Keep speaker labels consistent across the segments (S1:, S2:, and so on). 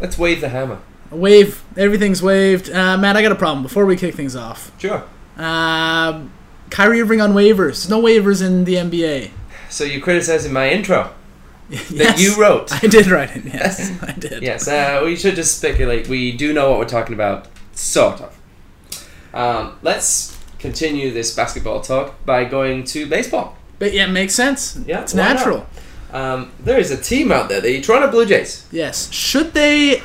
S1: Let's wave the hammer.
S2: Wave. Everything's waved. Uh, Matt, I got a problem. Before we kick things off,
S1: Sure.
S2: um, Kyrie Irving on waivers. There's no waivers in the NBA.
S1: So you're criticizing my intro
S2: yes.
S1: that you wrote.
S2: I did write it. Yes, I did.
S1: Yes, uh, we should just speculate. We do know what we're talking about, sort of. Um, let's continue this basketball talk by going to baseball.
S2: But yeah, it makes sense.
S1: Yeah,
S2: it's
S1: why not?
S2: natural.
S1: Um, there is a team out there, the Toronto Blue Jays.
S2: Yes. Should they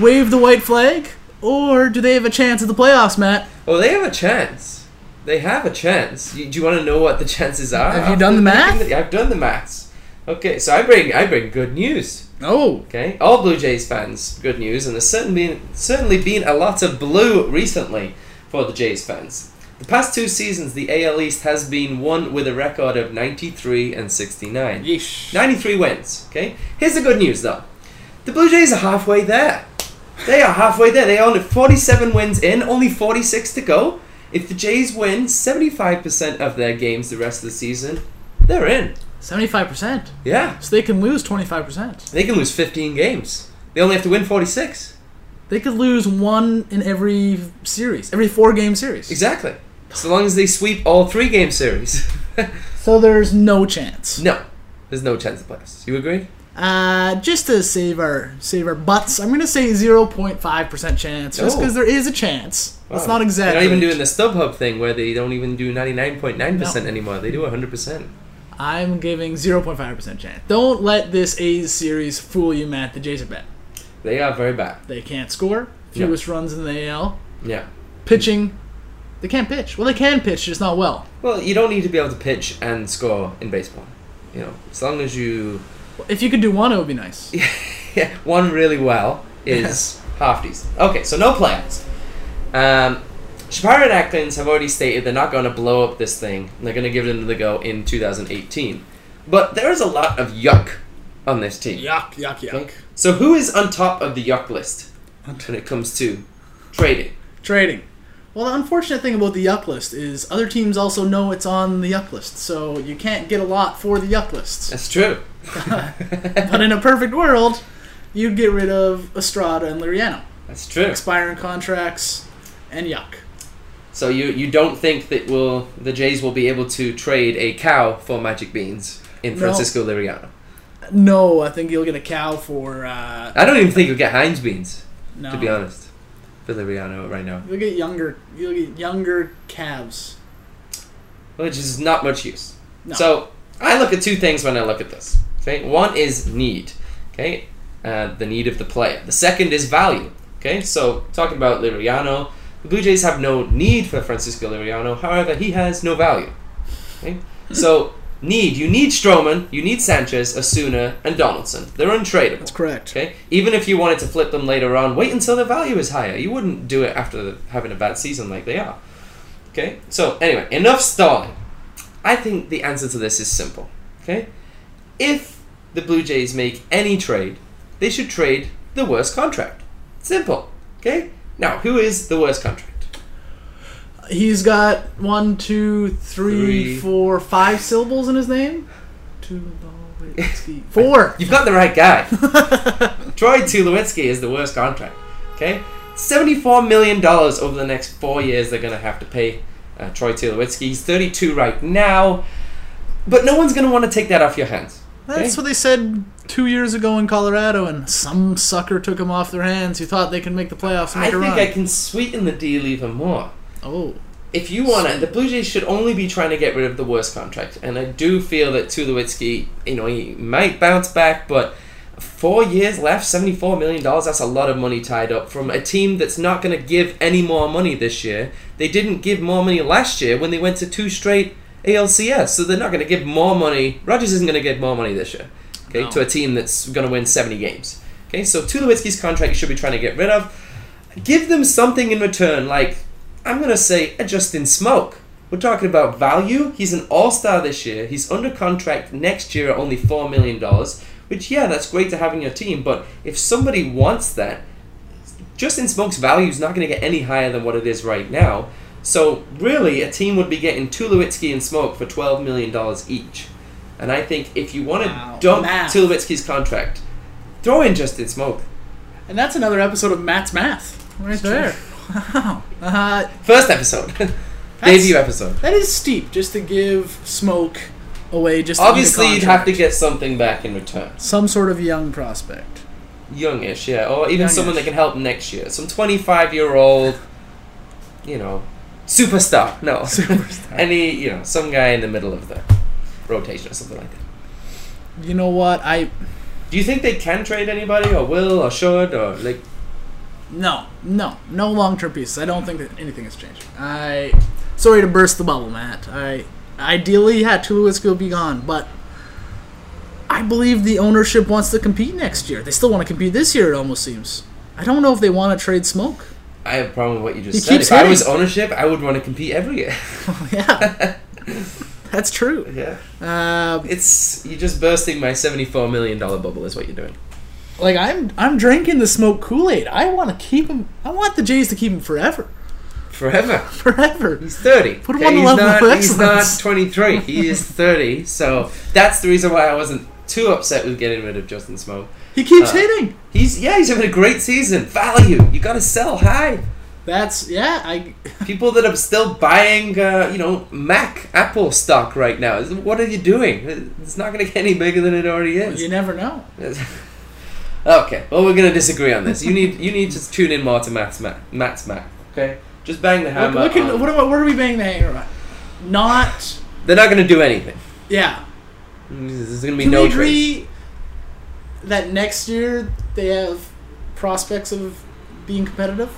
S2: wave the white flag, or do they have a chance at the playoffs, Matt?
S1: Oh, they have a chance. They have a chance. You, do you want to know what the chances are?
S2: Have you done the math?
S1: I've done the maths. Okay, so I bring I bring good news.
S2: Oh,
S1: Okay, all Blue Jays fans, good news, and there's certainly been, certainly been a lot of blue recently for the Jays fans. The past two seasons, the AL East has been won with a record of 93 and 69.
S2: yeesh.
S1: 93 wins. Okay. Here's the good news though. The Blue Jays are halfway there. They are halfway there. They are only 47 wins in, only 46 to go. If the Jays win 75% of their games the rest of the season, they're in.
S2: Seventy-five percent.
S1: Yeah.
S2: So they can lose twenty-five percent.
S1: They can lose 15 games. They only have to win 46.
S2: They could lose one in every series, every four-game series.
S1: Exactly. So long as they sweep all three game series.
S2: So there's no chance.
S1: no. There's no chance of playoffs. You agree?
S2: Uh, just to save our save our butts, I'm gonna say zero point five percent chance, just
S1: Oh.
S2: because there is a chance. That's
S1: Wow.
S2: not exactly.
S1: They're not even doing the StubHub thing where they don't even do 99.9%
S2: No.
S1: anymore. They do 100%.
S2: I'm giving zero point five percent chance. Don't let this A's series fool you, Matt. The Jays are bad.
S1: They are very bad.
S2: They can't score.
S1: Yeah.
S2: Fewest runs in the AL.
S1: Yeah.
S2: Pitching, they can't pitch. Well, they can pitch, just not well.
S1: Well, you don't need to be able to pitch and score in baseball. You know, as long as you
S2: If you could do one, it would be nice.
S1: yeah, one really well is half decent. Okay, so no plans. Um, Shapiro and Atkins have already stated they're not going to blow up this thing. They're going to give it another go in 2018. But there is a lot of yuck on this team.
S2: Yuck, yuck, yuck.
S1: So who is on top of the yuck list when it comes to trading?
S2: Trading. Well, the unfortunate thing about the yuck list is other teams also know it's on the yuck list, so you can't get a lot for the yuck list.
S1: That's true.
S2: but in a perfect world, you'd get rid of Estrada and Liriano.
S1: That's true.
S2: Expiring contracts and yuck.
S1: So you you don't think that will the Jays will be able to trade a cow for magic beans in
S2: No.
S1: Francisco Liriano?
S2: No, I think you'll get a cow for, uh,
S1: I don't even think you'll get Heinz beans
S2: no.
S1: to be honest for Liriano right now,
S2: You'll get younger, you'll get younger calves.
S1: which is not much use.
S2: No.
S1: So I look at two things when I look at this. Okay, one is need. Okay, uh, the need of the player. The second is value. Okay, so talking about Liriano, the Blue Jays have no need for Francisco Liriano. However, he has no value. Okay? So need you need Stroman, you need Sanchez, Asuna, and Donaldson. They're untradeable.
S2: That's correct.
S1: Okay. Even if you wanted to flip them later on, wait until their value is higher. You wouldn't do it after the- having a bad season like they are. Okay. So anyway, enough stalling. I think the answer to this is simple. Okay. If the Blue Jays make any trade, they should trade the worst contract. Simple. Okay. Now, who is the worst contract?
S2: He's got one, two, three,
S1: Three.
S2: four, five syllables in his name. Two, four.
S1: You've got the right guy. Troy Tulowitzki is the worst contract. Okay, seventy-four million dollars over the next four years they're going to have to pay uh, Troy Tulowitzki. He's thirty-two right now, but no one's going to want to take that off your hands. okay?
S2: That's what they said two years ago in Colorado, and some sucker took him off their hands who thought they could make the playoffs.
S1: I
S2: And make a
S1: think
S2: run.
S1: I can sweeten the deal even more.
S2: Oh,
S1: If you want to, the Blue Jays should only be trying to get rid of the worst contract, and I do feel that Tulowitzki, you know, he might bounce back, but four years left, seventy-four million dollars—that's a lot of money tied up from a team that's not going to give any more money this year. They didn't give more money last year when they went to two straight ALCS, so they're not going to give more money. Rogers isn't going to give more money this year, okay,
S2: No.
S1: to a team that's going to win seventy games. Okay, so Tulowitzki's contract you should be trying to get rid of give them something in return. Like, I'm going to say a Justin Smoke. We're talking about value. He's an all star this year. He's under contract next year at only $4 million, which, yeah, that's great to have in your team. But if somebody wants that, Justin Smoke's value is not going to get any higher than what it is right now. So, really, a team would be getting Tulowitzki and Smoke for $12 million each. And I think if you want to
S2: Wow.
S1: dump
S2: Math.
S1: Tulowitzki's contract, throw in Justin Smoke.
S2: And that's another episode of Matt's Math. Right there. Wow. Uh,
S1: First episode. Debut episode.
S2: that is steep just to give smoke away. Just
S1: Obviously,
S2: under
S1: you'd have to
S2: contract.
S1: get something back in return.
S2: some sort of young prospect.
S1: Youngish, yeah, or even
S2: Youngish.
S1: someone that can help next year. Some 25 year old, you know, superstar. No.
S2: Superstar.
S1: Any, you know, some guy in the middle of the rotation or something like that.
S2: You know what? I
S1: Do you think they can trade anybody, or will, or should, or like.
S2: no no no long term pieces. I don't think that anything is changing. I sorry to burst the bubble, Matt. I ideally yeah, Tulowitzki will be gone, but I believe the ownership wants to compete next year. They still want to compete this year. It almost seems. I don't know if they want to trade smoke.
S1: I have a problem with what you just
S2: He
S1: said.
S2: keeps
S1: If I was
S2: hitting.
S1: ownership, I would want to compete every year.
S2: yeah, that's true.
S1: yeah.
S2: Um,
S1: It's. You're just bursting my $74 million bubble, is what you're doing.
S2: Like I'm I'm drinking the smoke Kool Aid. I want to keep him. I want the Jays to keep him forever,
S1: Forever.
S2: forever.
S1: He's 30.
S2: Put him on the
S1: he's
S2: level
S1: not,
S2: of
S1: He's not
S2: excellence.
S1: 23. He is 30. So that's the reason why I wasn't too upset with getting rid of Justin Smoke.
S2: He keeps
S1: Uh,
S2: hitting.
S1: He's yeah, he's having a great season. Value. You got to sell high.
S2: That's yeah. I
S1: People that are still buying, uh, you know, Mac Apple stock right now. What are you doing? It's not going to get any bigger than it already is.
S2: you never know.
S1: okay. Well, we're going to disagree on this. You need you need to tune in more to Matt's Matt. Matt's Matt. Okay. Just bang the
S2: What,
S1: hammer.
S2: what, can,
S1: on-
S2: what, am I- what are we banging the hanger on? Not
S1: They're not going to do anything.
S2: yeah.
S1: There's going to be
S2: Can
S1: no
S2: we
S1: trades.
S2: agree that next year they have prospects of being competitive?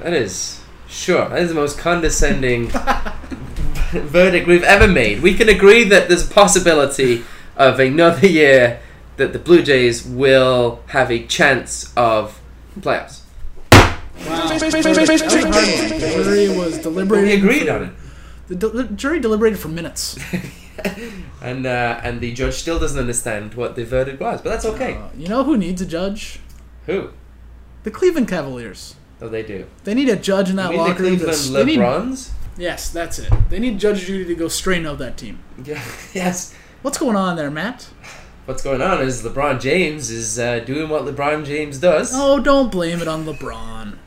S1: That is sure. That is the most condescending verdict we've ever made. We can agree that there's a possibility of another year that the Blue Jays will have a chance of playoffs.
S2: Wow. That was a hard one. The jury was
S1: But we
S2: deliberating.
S1: agreed on it,
S2: The, del- the jury deliberated for minutes.
S1: and uh, and the judge still doesn't understand what the verdict was. But that's okay.
S2: Uh, you know who needs a judge?
S1: Who?
S2: The Cleveland Cavaliers.
S1: Oh, they do.
S2: They need a judge in
S1: I
S2: that
S1: mean, the
S2: locker room.
S1: Cleveland
S2: that's- They need,
S1: LeBrons.
S2: yes, that's it. They need Judge Judy to go straighten out that team.
S1: Yeah. Yes.
S2: What's going on there, Matt?
S1: What's going on is LeBron James is uh, doing what LeBron James does.
S2: Oh, don't blame it on LeBron.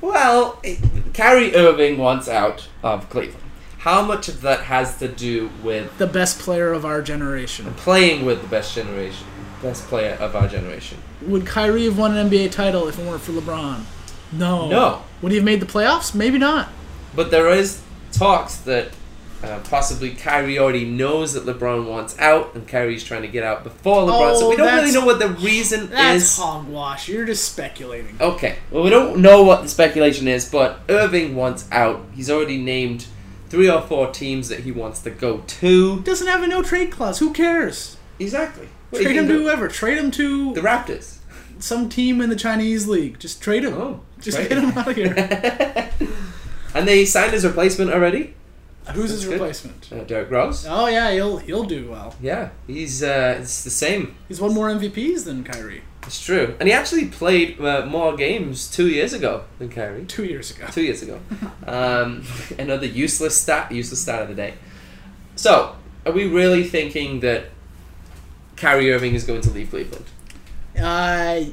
S1: Well, it, Kyrie Irving wants out of Cleveland. How much of that has to do with
S2: The best player of our generation.
S1: playing with the best generation, best player of our generation?
S2: Would Kyrie have won an NBA title if it weren't for LeBron? No.
S1: No.
S2: Would he have made the playoffs? Maybe not.
S1: But there is talks that uh, possibly Kyrie already knows that LeBron wants out, and Kyrie's trying to get out before LeBron. so
S2: Oh,
S1: we don't really
S2: that's-
S1: know what the reason
S2: That's
S1: is.
S2: hogwash. You're just speculating.
S1: Okay. Well, we don't know what the speculation is, but Irving wants out. He's already named three or four teams that he wants to go to.
S2: Doesn't have a no trade clause. Who cares?
S1: Exactly. What
S2: Trade
S1: do you
S2: him
S1: think
S2: to whoever. Trade him to
S1: the Raptors.
S2: some team in the Chinese league. Just trade him.
S1: Oh,
S2: just
S1: trade
S2: get
S1: him.
S2: him out of here.
S1: And they signed his replacement already,
S2: Who's his
S1: good.
S2: replacement?
S1: uh, Derek Rose.
S2: Oh yeah, he'll he'll do well.
S1: Yeah, he's uh, it's the same.
S2: He's won more MVPs than Kyrie
S1: It's true, and he actually played uh, more games two years ago than Kyrie.
S2: two years ago.
S1: Two years ago. Um, another useless stat, useless stat of the day. So, are we really thinking that Kyrie Irving is going to leave Cleveland?
S2: I Uh,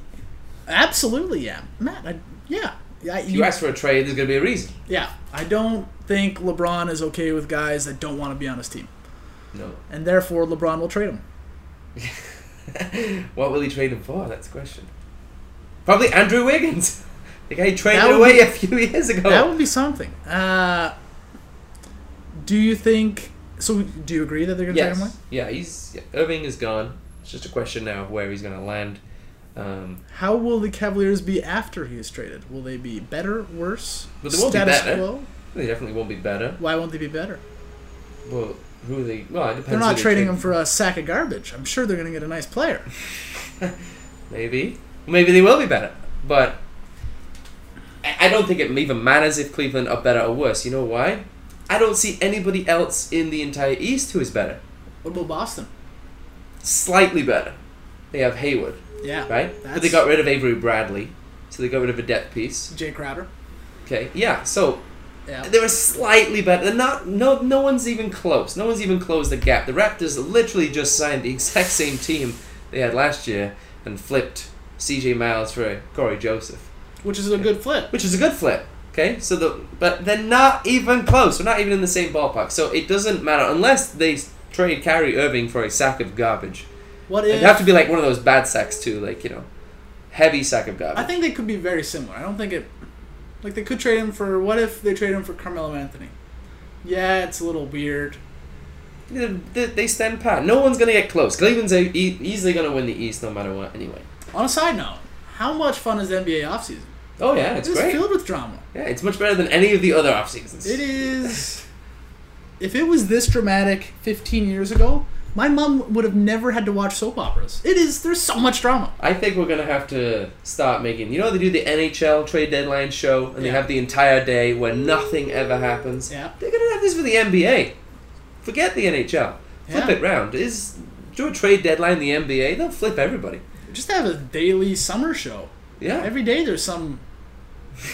S2: absolutely yeah, Matt. I, yeah, yeah.
S1: If you ask for a trade, there's going to be a reason.
S2: yeah, I don't think LeBron is okay with guys that don't want to be on his team,
S1: No.
S2: and therefore LeBron will trade him.
S1: what will he trade him for? That's the question. Probably Andrew Wiggins. The guy he traded
S2: That would
S1: away
S2: be-
S1: a few years ago.
S2: That would be something. Uh, do you think? So do you agree that they're gonna trade him away?
S1: Yes. Yeah, he's yeah, Irving is gone. It's just a question now of where he's going to land. Um,
S2: How will the Cavaliers be after he is traded? Will they be better, worse?
S1: But they won't be better. they definitely won't be better.
S2: Why won't they be better?
S1: Well, who are they? Well, it depends.
S2: They're
S1: who
S2: not
S1: they
S2: trading
S1: trade.
S2: him for a sack of garbage. I'm sure they're going to get a nice player.
S1: Maybe, maybe they will be better, but I I don't think it even matters if Cleveland are better or worse. You know why? I don't see anybody else in the entire East who is better.
S2: What about Boston?
S1: Slightly better. They have Hayward,
S2: Yeah.
S1: right? But they
S2: That's-
S1: got rid of Avery Bradley, so they got rid of a depth piece.
S2: Jay Crowder.
S1: Okay, yeah. So
S2: Yeah.
S1: They're slightly better. They're not. No, no one's even close. No one's even closed the gap. The Raptors literally just signed the exact same team they had last year and flipped CJ Miles for Corey Joseph,
S2: which is a good flip.
S1: which is a good flip. Okay, so the but they're not even close. We're not even in the same ballpark. So it doesn't matter unless they s- trade Kyrie Irving for a sack of garbage.
S2: What
S1: It'd
S2: if?
S1: have to be like one of those bad sacks too, like you know, heavy sack of garbage.
S2: I think they could be very similar. I don't think it. Like they could trade him for. What if they trade him for Carmelo Anthony? Yeah, it's a little weird.
S1: They- they, they stand pat. No one's gonna get close. Cleveland's e- e- easily gonna win the East no matter what. Anyway.
S2: On a side note, how much fun is the NBA offseason?
S1: Oh yeah, it's
S2: It's
S1: great.
S2: filled with drama.
S1: yeah, it's much better than any of the other off seasons.
S2: It is. If it was this dramatic 15 years ago, my mom would have never had to watch soap operas. It is. There's so much drama.
S1: I think we're gonna have to start making. You know, they do the NHL trade deadline show, and they
S2: Yeah.
S1: have the entire day where nothing ever happens.
S2: Yeah.
S1: They're gonna have this for the NBA. Forget the NHL. Flip
S2: Yeah.
S1: it round. Is do a trade deadline the NBA? They'll flip everybody.
S2: Just have a daily summer show.
S1: Yeah,
S2: Every day there's some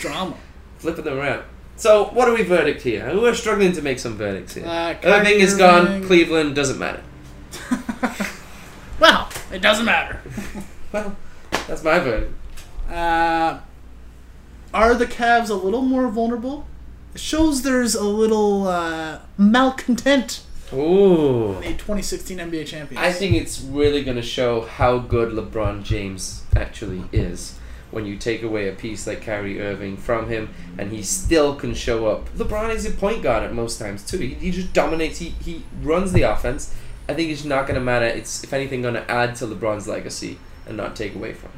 S2: drama.
S1: flipping them around. So, what are we verdict here? We're struggling to make some verdicts here.
S2: Uh, Kyrie
S1: Irving is gone.
S2: Irving.
S1: Cleveland doesn't matter.
S2: well, it doesn't matter.
S1: Well, that's my verdict.
S2: Uh, are the Cavs a little more vulnerable? It shows there's a little uh, malcontent
S1: Ooh.
S2: in the 2016 NBA champions.
S1: I think it's really going to show how good LeBron James actually is when you take away a piece like Kyrie Irving from him, and he still can show up. LeBron is a point guard at most times too. He, he just dominates. He he runs the offense. I think it's not going to matter. It's if anything going to add to LeBron's legacy and not take away from.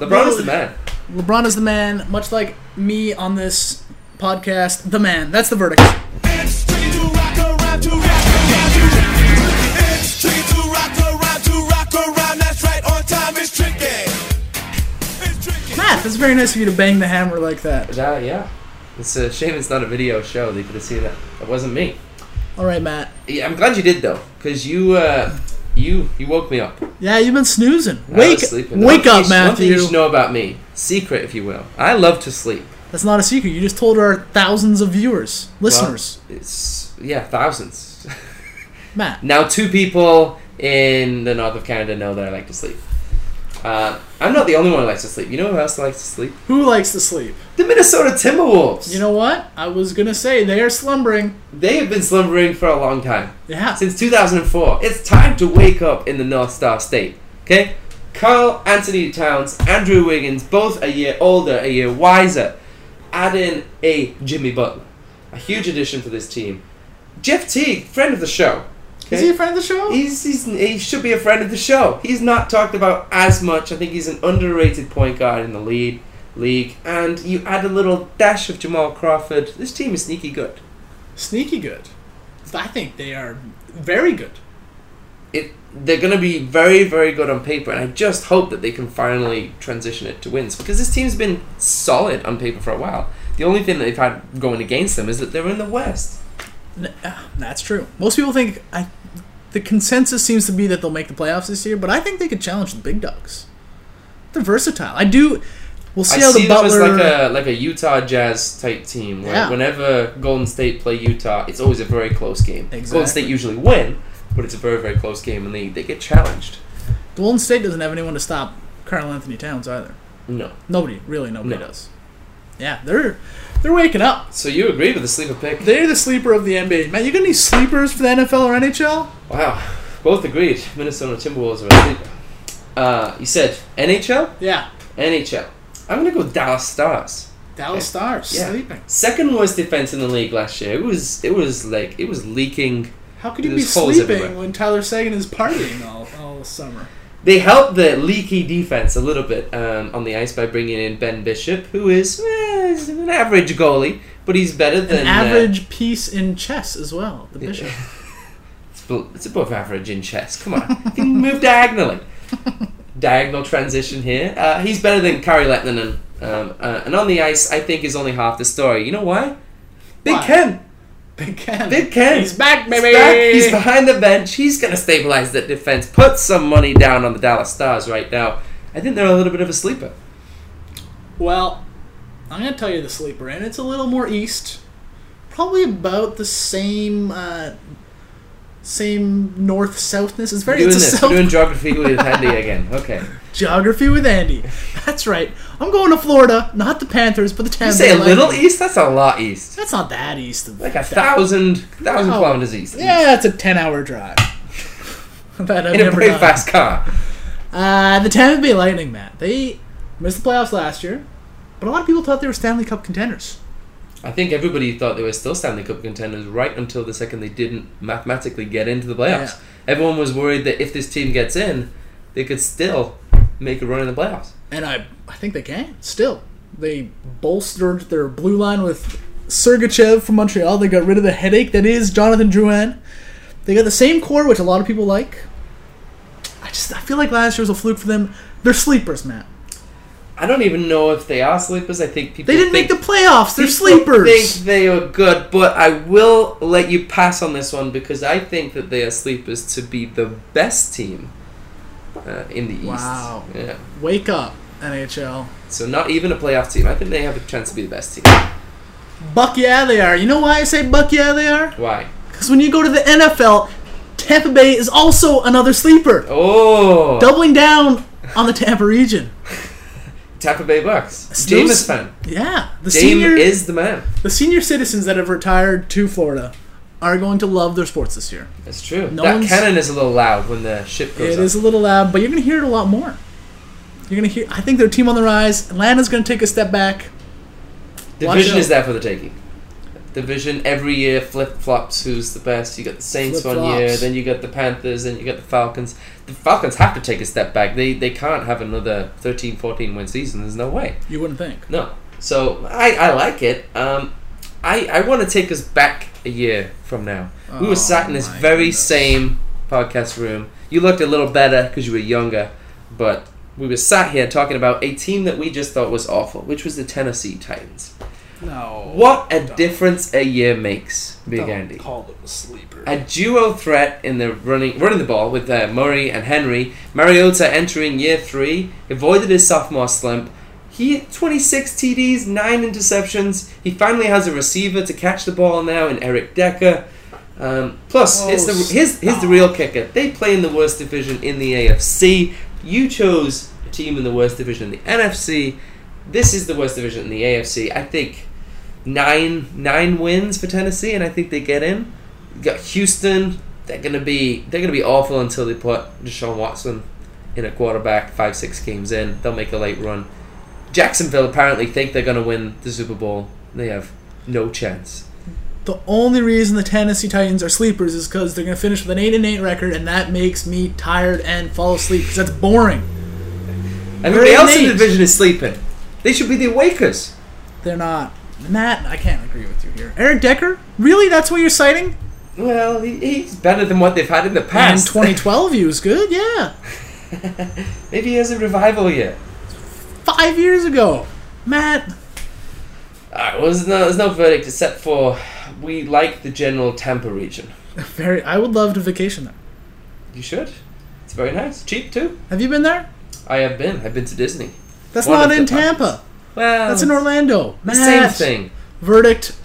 S1: it. LeBron is the man.
S2: LeBron is the man, much like me on this podcast, the man. That's the verdict.
S3: It's tricky to rock around, to rock around, to rock around. It's tricky to rock around, to rock around. That's right on time. It's tricky. It's tricky.
S2: Matt, it's very nice of you to bang the hammer like that.
S1: Yeah, yeah. It's a shame it's not a video show. They could have seen that. It wasn't me.
S2: All right, Matt.
S1: Yeah, I'm glad you did though, because you uh, you you woke me up.
S2: Yeah, you've been snoozing.
S1: I was
S2: Wake,
S1: sleeping.
S2: wake
S1: One
S2: up,
S1: thing you- One thing you
S2: Matthew.
S1: should know about me, secret, if you will. I love to sleep.
S2: That's not a secret. You just told our thousands of viewers, listeners.
S1: Well, it's yeah, thousands.
S2: Matt,
S1: now, two people in the north of Canada know that I like to sleep. Uh, I'm not the only one who likes to sleep. You know who else likes to sleep?
S2: who likes to sleep?
S1: The Minnesota Timberwolves.
S2: You know what? I was gonna say they are slumbering.
S1: they have been slumbering for a long time.
S2: Yeah.
S1: since 2004. It's time to wake up in the North Star State. Okay? Carl Anthony Towns, Andrew Wiggins, both a year older, a year wiser. Add in a Jimmy Butler, a huge addition for this team. Jeff Teague, friend of the show.
S2: Is he a friend of the show?
S1: He's, he's, he should be a friend of the show. He's not talked about as much. I think he's an underrated point guard in the lead league. And you add a little dash of Jamal Crawford. This team is sneaky good.
S2: Sneaky good. I think they are very good.
S1: it they're going to be very very good on paper and i just hope that they can finally transition it to wins because this team's been solid on paper for a while the only thing that they've had going against them is that they're in the west
S2: N- uh, That's true. Most people think I. The consensus seems to be that they'll make the playoffs this year, but I think they could challenge the big dogs. They're versatile. I do. We'll see
S1: i
S2: how
S1: see
S2: the
S1: them
S2: Butler.
S1: as like a like a utah jazz type team where
S2: Yeah.
S1: whenever golden state play utah it's always a very close game golden
S2: Exactly.
S1: state usually win but it's a very very close game and they, they get challenged
S2: Golden State doesn't have anyone to stop Carl Anthony Towns either.
S1: no
S2: Nobody, really, nobody
S1: No.
S2: does. Yeah, they're they're waking up.
S1: so you agree with the sleeper pick
S2: They're the sleeper of the NBA. Man, you got any sleepers for the NFL or NHL?
S1: wow both agreed minnesota timberwolves are a sleeper uh, you said nhl
S2: Yeah,
S1: NHL. I'm gonna go with Dallas Stars.
S2: Dallas Stars
S1: Yeah.
S2: sleeping.
S1: Second worst defense in the league last year. It was it was like it was leaking.
S2: How could you be
S1: There's holes
S2: sleeping
S1: everywhere.
S2: when Tyler Sagan is partying all, all summer?
S1: They helped the leaky defense a little bit um, on the ice by bringing in Ben Bishop, who is eh, he's an average goalie, but he's better than
S2: An
S1: uh,
S2: average piece in chess as well. The bishop.
S1: it's bel- it's above average in chess. Come on, you can move diagonally. Diagonal transition here. Uh, he's better than Kari Lehtinen, um, uh, and on the ice, I think is only half the story. You know why? Big
S2: Why?
S1: Ken.
S2: Big Ken.
S1: Big Ken.
S2: He's back,
S1: He's
S2: baby.
S1: back. He's behind the bench. He's going to stabilize that defense. Put some money down on the Dallas Stars right now. I think they're a little bit of a sleeper.
S2: Well, I'm gonna tell you the sleeper, and it's a little more east. Probably about the same uh, same north southness. It's very
S1: We're doing
S2: it's a
S1: this.
S2: south
S1: We're doing geography with Andy again. Okay.
S2: geography with Andy. That's right. I'm going to Florida, not the Panthers, but the
S1: You
S2: Tampa.
S1: say a
S2: Bay
S1: little
S2: Lightning.
S1: east? That's a lot east.
S2: That's not that east of
S1: Like a thousand, thousand
S2: No.
S1: kilometers east.
S2: Oh. Yeah, it's a ten-hour drive. that I've
S1: In a
S2: never
S1: very
S2: done.
S1: fast car.
S2: Uh, the Tampa Bay Lightning, Matt. They missed the playoffs last year, but a lot of people thought they were Stanley Cup contenders.
S1: I think everybody thought they were still Stanley Cup contenders right until the second they didn't mathematically get into the playoffs. Everyone was worried that if this team gets in, they could still make a run in the playoffs.
S2: and I I think they can still. They bolstered their blue line with Sergachev from Montreal. They got rid of the headache that is Jonathan Drouin. They got the same core, which a lot of people like. I just I feel like last year was a fluke for them. They're sleepers, Matt.
S1: I don't even know if they are sleepers. I think people
S2: They didn't
S1: think
S2: make the playoffs. They're
S1: People
S2: sleepers.
S1: Think they are good, but I will let you pass on this one because I think that they are sleepers to be the best team uh, in the East.
S2: Wow.
S1: Yeah.
S2: Wake up, NHL.
S1: So not even a playoff team. I think they have a chance to be the best team.
S2: Buck yeah they are. You know why I say buck yeah they are?
S1: Why?
S2: Because when you go to the NFL, Tampa Bay is also another sleeper,
S1: Oh,
S2: doubling down on the Tampa region.
S1: Tampa Bay Bucks.
S2: Still
S1: James
S2: s-
S1: is fan.
S2: Yeah, the
S1: James
S2: senior
S1: is the man.
S2: the senior citizens that have retired to Florida are going to love their sports this year.
S1: That's true.
S2: No
S1: that
S2: one's-
S1: cannon is a little loud when the ship
S2: It
S1: goes
S2: is
S1: up.
S2: a little loud, but you're going to hear it a lot more. You're going to hear. I think their team on the rise. Atlanta's going to take a step back. Watch
S1: Division
S2: out.
S1: is there for the taking. Division every year flip flops. Who's the best? You got the Saints one year,
S2: Flip-flops.
S1: then you got the Panthers, then you got the Falcons. The Falcons have to take a step back. They they can't have another 13, 14 win season. There's no way.
S2: You wouldn't think.
S1: No. So I, I like it. Um, I I want to take us back a year from now. we
S2: Oh,
S1: were sat in this
S2: my
S1: very
S2: goodness.
S1: same podcast room. You looked a little better because you were younger, but we were sat here talking about a team that we just thought was awful, which was the Tennessee Titans.
S2: No.
S1: What a difference a year makes, Big Andy.
S2: Call them a sleeper.
S1: A duo threat in the running running the ball with uh, Murray and Henry. Mariota entering year three avoided his sophomore slump. He hit 26 TDs, nine interceptions. He finally has a receiver to catch the ball now in Eric Decker. Um, plus,
S2: Oh,
S1: here's, the, here's, here's the
S2: stop.
S1: real kicker. They play in the worst division in the AFC. You chose a team in the worst division in the NFC. This is the worst division in the AFC. I think nine nine wins for Tennessee, and I think they get in. You got Houston. They're gonna be they're gonna be awful until they put Deshaun Watson in a quarterback five six games in. They'll make a late run. Jacksonville apparently think they're gonna win the Super Bowl. They have no chance.
S2: The only reason the Tennessee Titans are sleepers is because they're going to finish with an eight and eight record, and that makes me tired and fall asleep because that's boring.
S1: Everybody
S2: They're
S1: else in the
S2: innate.
S1: division is sleeping. They should be the awakers.
S2: They're not. Matt, I can't agree with you here. Eric Decker, really? That's what you're citing?
S1: Well, he, he's better than what they've had in the
S2: And
S1: past.
S2: 2012, he was good. Yeah,
S1: Maybe he has a revival yet.
S2: five years ago. Matt,
S1: All right, well, there's no, there's no verdict except for we like the general Tampa region.
S2: very. I would love to vacation there.
S1: You should. It's very nice. Cheap too.
S2: Have you been there?
S1: I have been. I've been to Disney.
S2: That's
S1: One
S2: not
S1: of
S2: in
S1: the times.
S2: Tampa.
S1: Well,
S2: That's in Orlando. Matt,
S1: Same thing.
S2: Verdict.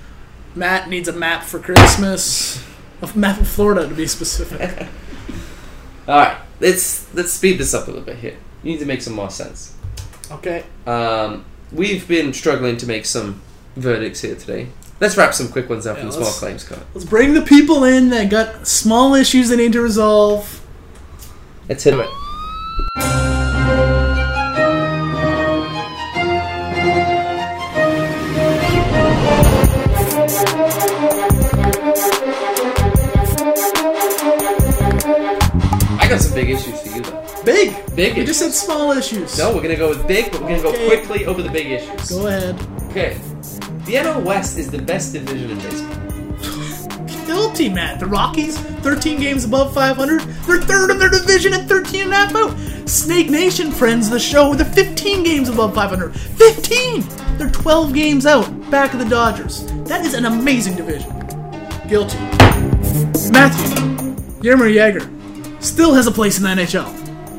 S2: Matt needs a map for Christmas. A map of Florida, to be specific.
S1: All right, let's let's speed this up a little bit here. You need to make some more sense.
S2: okay.
S1: Um, we've been struggling to make some verdicts here today. Let's wrap some quick ones up
S2: Yeah,
S1: in the small
S2: let's-
S1: claims court.
S2: Let's bring the people in that got small issues they need to resolve.
S1: Let's hit it. I got some big issues for you though.
S2: Big.
S1: Big
S2: We just
S1: issues.
S2: said small issues.
S1: No, we're gonna go with big, but we're gonna
S2: Okay.
S1: go quickly over the big issues.
S2: Go ahead.
S1: Okay. The NL West is the best division in baseball.
S2: Guilty, Matt. The Rockies, 13 games above 500. They're third in their division at 13 and a half out. Snake Nation, friends of the show, they're 15 games above 500. 15! They're 12 games out, back of the Dodgers. That is an amazing division. Guilty. Matthew, Yermer Yeager, still has a place in the NHL.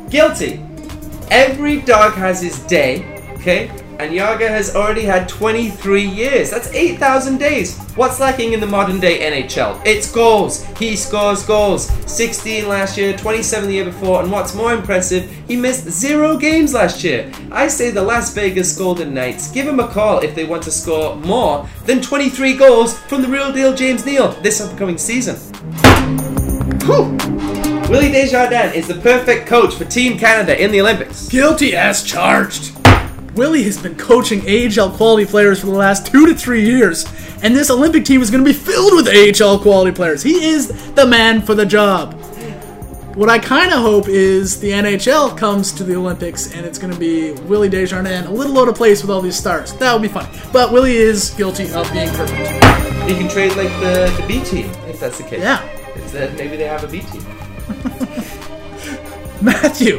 S1: Guilty. Every dog has his day, okay? and Yaga has already had 23 years. That's 8,000 days. What's lacking in the modern day NHL? It's goals. He scores goals. 16 last year, 27 the year before, and what's more impressive, he missed zero games last year. I say the Las Vegas Golden Knights give him a call if they want to score more than 23 goals from the real deal James Neal this upcoming season. Whew. Willie Desjardins is the perfect coach for Team Canada in the Olympics.
S2: Guilty as charged. Willie has been coaching AHL quality players for the last two to three years, and this Olympic team is going to be filled with AHL quality players. He is the man for the job. What I kind of hope is the NHL comes to the Olympics and it's going to be Willie Desjardins a little out of place with all these stars. That would be funny. But Willie is guilty of being perfect.
S1: You can trade like the, the B team if that's the case.
S2: Yeah.
S1: It's that maybe they have a B team.
S2: Matthew.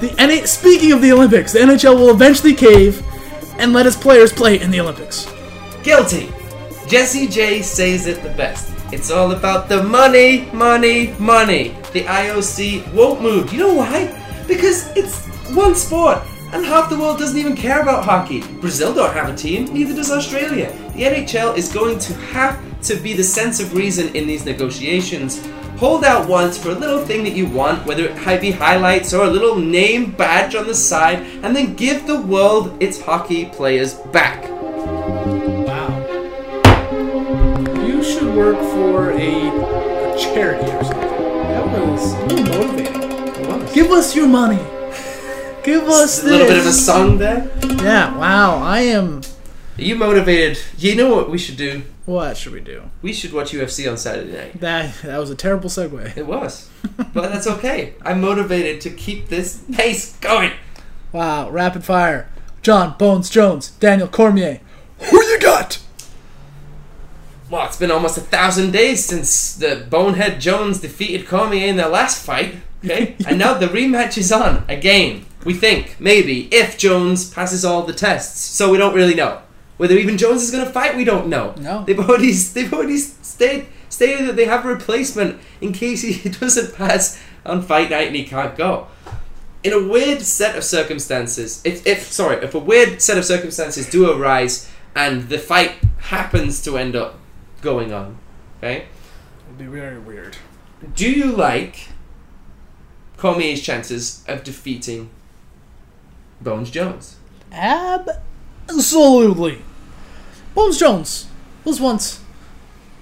S2: The NA- speaking of the Olympics, the NHL will eventually cave and let its players play in the Olympics.
S1: Guilty. Jesse J says it the best. It's all about the money, money, money. The IOC won't move. You know why? Because it's one sport, and half the world doesn't even care about hockey. Brazil don't have a team, neither does Australia. The NHL is going to have to be the sense of reason in these negotiations. Hold out once for a little thing that you want, whether it might be highlights or a little name badge on the side, and then give the world its hockey players back.
S2: Wow. You should work for a, a charity or something. That was you were motivating. Give us your money. Give us
S1: a little bit of a
S2: this.
S1: song there.
S2: Yeah, wow. I am.
S1: Are you motivated? You know what we should do?
S2: What should we do?
S1: We should watch UFC on Saturday night.
S2: That that was a terrible segue.
S1: It was. but that's okay. I'm motivated to keep this pace going.
S2: Wow, rapid fire. John Bones Jones, Daniel Cormier. Who you got?
S1: Well, it's been almost a thousand days since the Bonehead Jones defeated Cormier in their last fight. Okay? and now the rematch is on again. We think, maybe, if Jones passes all the tests. So we don't really know. Whether even Jones is gonna fight, we don't know.
S2: No.
S1: They've already they've already stated stated that they have a replacement in case he doesn't pass on fight night and he can't go. in a weird set of circumstances, if, if sorry, if a weird set of circumstances do arise and the fight happens to end up going on, okay?
S2: It'd be very weird.
S1: Do you like Cormier's chances of defeating Bones Jones?
S2: Absolutely. Bones Jones was once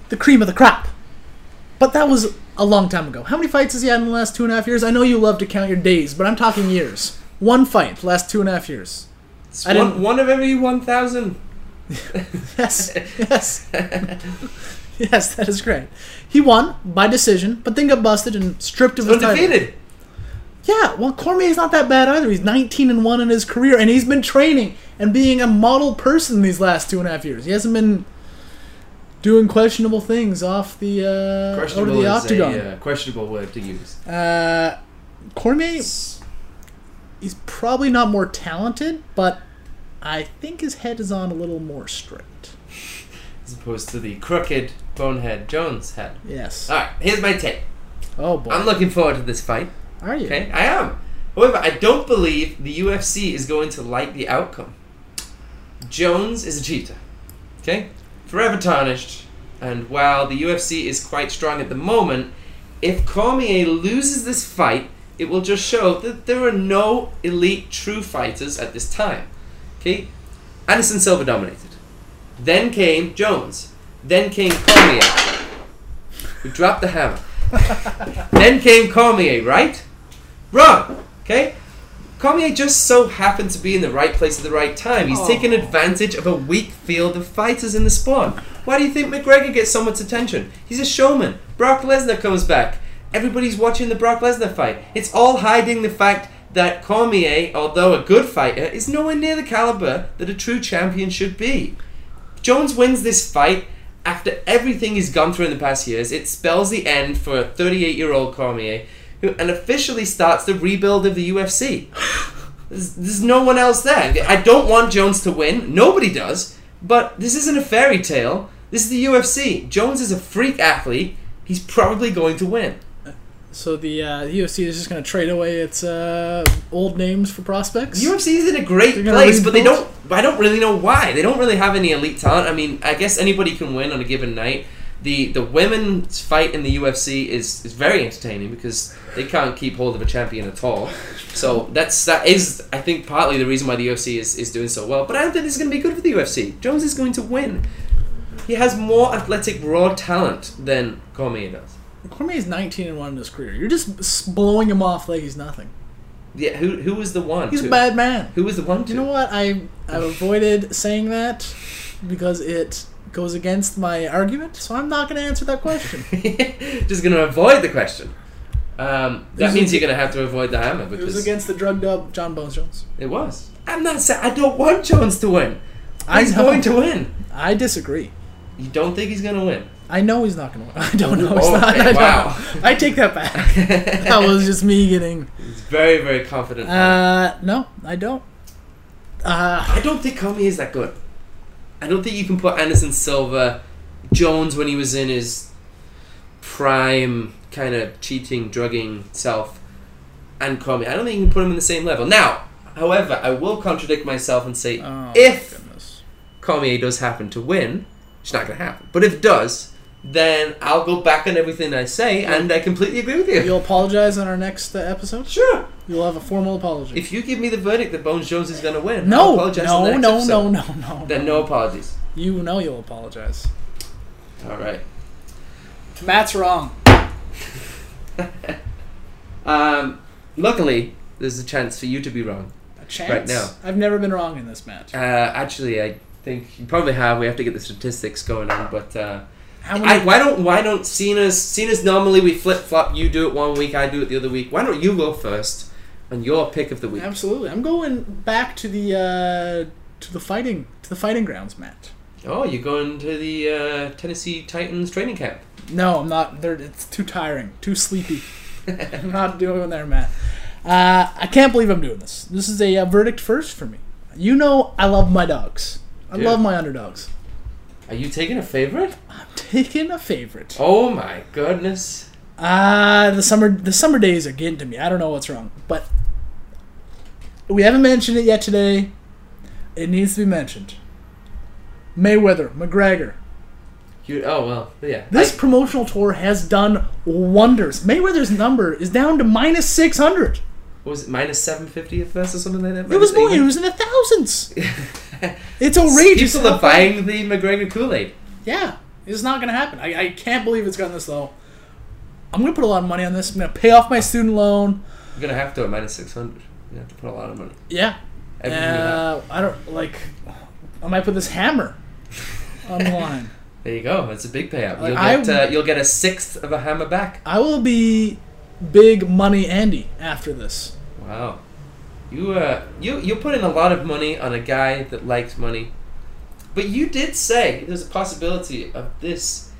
S2: the cream of the crop. But that was a long time ago. How many fights has he had in the last two and a half years? I know you love to count your days, but I'm talking years. One fight, last two and a half years.
S1: It's
S2: I
S1: one,
S2: didn't-
S1: one of every one thousand.
S2: Yes, yes. yes, that is great. He won by decision, but then got busted and stripped of his title.
S1: Undefeated.
S2: Yeah, well, Cormier's not that bad either. He's 19 and 1 in his career, and he's been training and being a model person these last two and a half years. He hasn't been doing questionable things off the uh,
S1: Questionable
S2: out of the
S1: is
S2: octagon.
S1: a uh, questionable word to use.
S2: Uh, Cormier, he's probably not more talented, but I think his head is on a little more straight.
S1: As opposed to the crooked Bonehead Jones head.
S2: Yes.
S1: Alright, here's my take.
S2: Oh boy.
S1: Uh, I'm looking forward to this fight.
S2: Are you?
S1: Okay, I am. However, I don't believe the UFC is going to like the outcome. Jones is a cheater. Okay? Forever tarnished. And while the UFC is quite strong at the moment, if Cormier loses this fight, it will just show that there are no elite true fighters at this time. Okay? Anderson Silva dominated. Then came Jones. Then came Cormier. We dropped the hammer. then came Cormier, right? Wrong. Okay? Cormier just so happened to be in the right place at the right time. He's taken advantage of a weak field of fighters in the sport. Why do you think McGregor gets so much attention? He's a showman. Brock Lesnar comes back. Everybody's watching the Brock Lesnar fight. It's all hiding the fact that Cormier, although a good fighter, is nowhere near the caliber that a true champion should be. Jones wins this fight after everything he's gone through in the past years. It spells the end for 38 year old Cormier, who and officially starts the rebuild of the UFC. There's, there's no one else there. I don't want Jones to win. Nobody does. But this isn't a fairy tale. This is the UFC. Jones is a freak athlete. He's probably going to win.
S2: So the uh, UFC is just going to trade away its uh, old names for prospects.
S1: UFC is in a great
S2: They're gonna
S1: place, but they
S2: rebuild?
S1: don't. I don't really know why. They don't really have any elite talent. I mean, I guess anybody can win on a given night. The the women's fight in the UFC is, is very entertaining because they can't keep hold of a champion at all. So that's that is I think partly the reason why the UFC is, is doing so well. But I don't think this is going to be good for the UFC. Jones is going to win. He has more athletic raw talent than Cormier does.
S2: Cormier's 19 and one in his career. You're just s- blowing him off like he's nothing.
S1: Yeah, who who was the one?
S2: He's
S1: to-
S2: a bad man.
S1: Who was the one?
S2: You
S1: to?
S2: know what? I I avoided saying that because it goes against my argument. So I'm not going to answer that question.
S1: just going to avoid the question. Um, that
S2: was
S1: means
S2: ag-
S1: you're going to have to avoid the hammer
S2: It was
S1: because
S2: against the drugged up John Bones Jones.
S1: it was. I'm not saying I don't want Jones to win.
S2: I
S1: He's
S2: know.
S1: going to win.
S2: I disagree.
S1: You don't think he's going to win?
S2: I know he's not going to win. I don't know. He's
S1: Oh, Okay,
S2: not. I don't
S1: wow.
S2: know. I take that back. that was just me getting.
S1: He's very very confident.
S2: Uh, no, I don't. Uh,
S1: I don't think Comey is that good. I don't think you can put Anderson Silva, Jones when he was in his prime kind of cheating, drugging self, and Comey. I don't think you can put him in the same level. Now, however, I will contradict myself and say
S2: oh,
S1: if
S2: goodness.
S1: Cormier does happen to win, it's not going to happen. But if it does, then I'll go back on everything I say, and I completely agree with you.
S2: you'll apologize on our next uh, episode,
S1: Sure.
S2: you'll have a formal apology.
S1: If you give me the verdict that Bones Jones is going to win, I'll
S2: no, no,
S1: apologize on the
S2: no,
S1: next
S2: no,
S1: episode.
S2: no, no, no.
S1: Then no apologies.
S2: You know you'll apologize.
S1: All right.
S2: Matt's wrong.
S1: Um, luckily, there's a chance for you to be wrong.
S2: A chance.
S1: Right now.
S2: I've never been wrong in this match.
S1: Uh, actually, I think you probably have. We have to get the statistics going on, but. Uh,
S2: How
S1: I,
S2: many?
S1: why don't why don't Cena's Cena's normally we flip flop you do it one week I do it the other week why don't you go first on your pick of the week
S2: absolutely. I'm going back to the uh, to the fighting to the fighting grounds, Matt.
S1: Oh, you're going to the uh, Tennessee Titans training camp.
S2: No, I'm not. They're, it's too tiring, too sleepy. I'm not doing there, Matt. Uh, I can't believe I'm doing this. This is a, uh verdict first for me. You know, I love my dogs. I
S1: Dude.
S2: love my underdogs.
S1: Are you taking a favorite?
S2: I'm taking a favorite.
S1: Oh my goodness.
S2: Ah, the summer the summer days are getting to me. I don't know what's wrong, but we haven't mentioned it yet today. It needs to be mentioned. Mayweather, McGregor.
S1: You oh well, yeah.
S2: This promotional tour has done wonders. Mayweather's number is down to minus six hundred.
S1: I- was it minus seven fifty at first or something like that?
S2: It was more.
S1: Minus
S2: It
S1: 80?
S2: was in the thousands. It's outrageous.
S1: People are buying the McGregor Kool Aid.
S2: Yeah, it's not gonna happen. I, I can't believe it's gotten this low. I'm gonna put a lot of money on this. I'm gonna pay off my student loan.
S1: You're gonna have to at minus six hundred. You have to put a lot of money.
S2: Yeah.
S1: Everything you have.
S2: Uh, I don't like. I might put this hammer on the line.
S1: There you go. That's a big payout. You'll
S2: I-
S1: get uh, you'll get a sixth of a hammer back.
S2: I will be big money Andy after this.
S1: Wow. You uh you you put in a lot of money on a guy that likes money. But you did say there's a possibility of this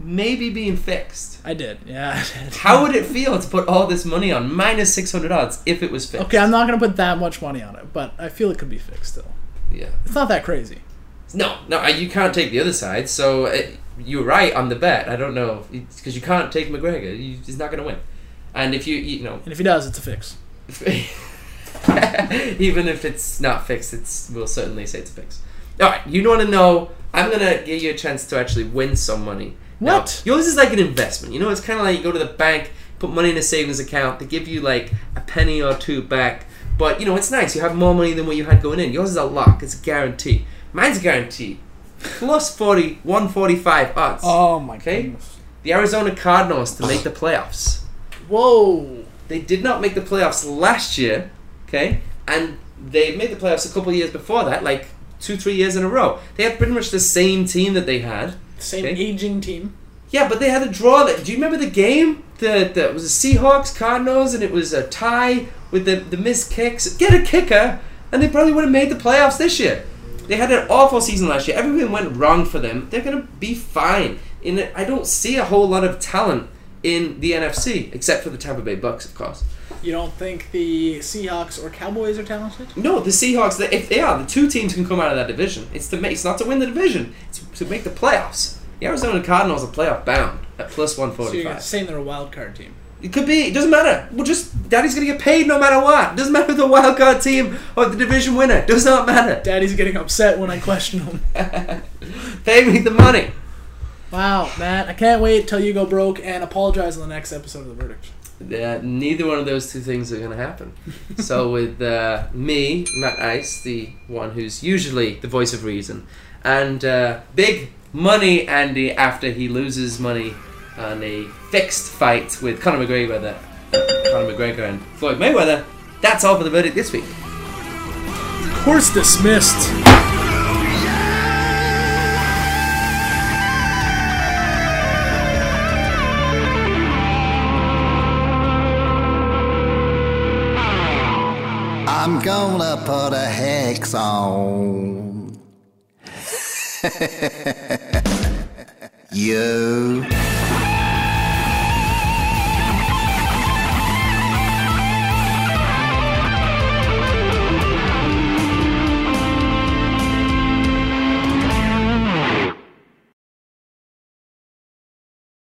S1: maybe being fixed.
S2: I did. Yeah. I did.
S1: How would it feel to put all this money on minus 600 odds if it was fixed?
S2: Okay, I'm not gonna put that much money on it, but I feel it could be fixed still.
S1: Yeah.
S2: It's not that crazy.
S1: No, no, I- you can't take the other side. So uh you're right on the bet. I don't know because you can't take McGregor. You, he's not going to win. And if you you know
S2: And if he does, it's a fix.
S1: Even if it's not fixed, it's we'll certainly say it's fixed. All right, you want to know? I'm gonna give you a chance to actually win some money. Now,
S2: What?
S1: yours is like an investment. You know, it's kind of like you go to the bank, put money in a savings account. They give you like a penny or two back, but you know it's nice. You have more money than what you had going in. Yours is a lock. It's a guarantee. Mine's a guarantee. Plus 40, 145 odds.
S2: Oh my
S1: Okay.
S2: goodness.
S1: The Arizona Cardinals to make the playoffs.
S2: Whoa.
S1: They did not make the playoffs last year, okay? And they made the playoffs a couple of years before that, like two, three years in a row. They had pretty much the same team that they had.
S2: Same
S1: Okay.
S2: aging team.
S1: Yeah, but they had a draw. That do you remember the game? The the it was the Seahawks Cardinals, and it was a tie with the the missed kicks. Get a kicker, and they probably would have made the playoffs this year. They had an awful season last year. Everything went wrong for them. They're gonna be fine. In I don't see a whole lot of talent in the NFC except for the Tampa Bay Bucks, of course.
S2: You don't think the Seahawks or Cowboys are talented?
S1: No, the Seahawks. they- If they are, the two teams can come out of that division. It's to make. It's not to win the division. It's to make the playoffs. The Arizona Cardinals are playoff bound. at plus one
S2: So
S1: forty
S2: you're
S1: five.
S2: saying they're a wild card team.
S1: It could be. It doesn't matter. We'll just Daddy's gonna get paid no matter what. Doesn't matter if the wild card team or the division winner. Does not matter.
S2: Daddy's getting upset when I question him.
S1: Pay me the money.
S2: Wow, Matt, I can't wait till you go broke and apologize on the next episode of The Verdict.
S1: Uh, neither one of those two things are gonna happen. so with uh, me, Matt Ice, the one who's usually the voice of reason, and uh, big money Andy after he loses money on a fixed fight with Conor McGregor, Conor McGregor and Floyd Mayweather. That's all for the verdict this week.
S2: Course dismissed.
S4: I'm gonna put a hex on. you.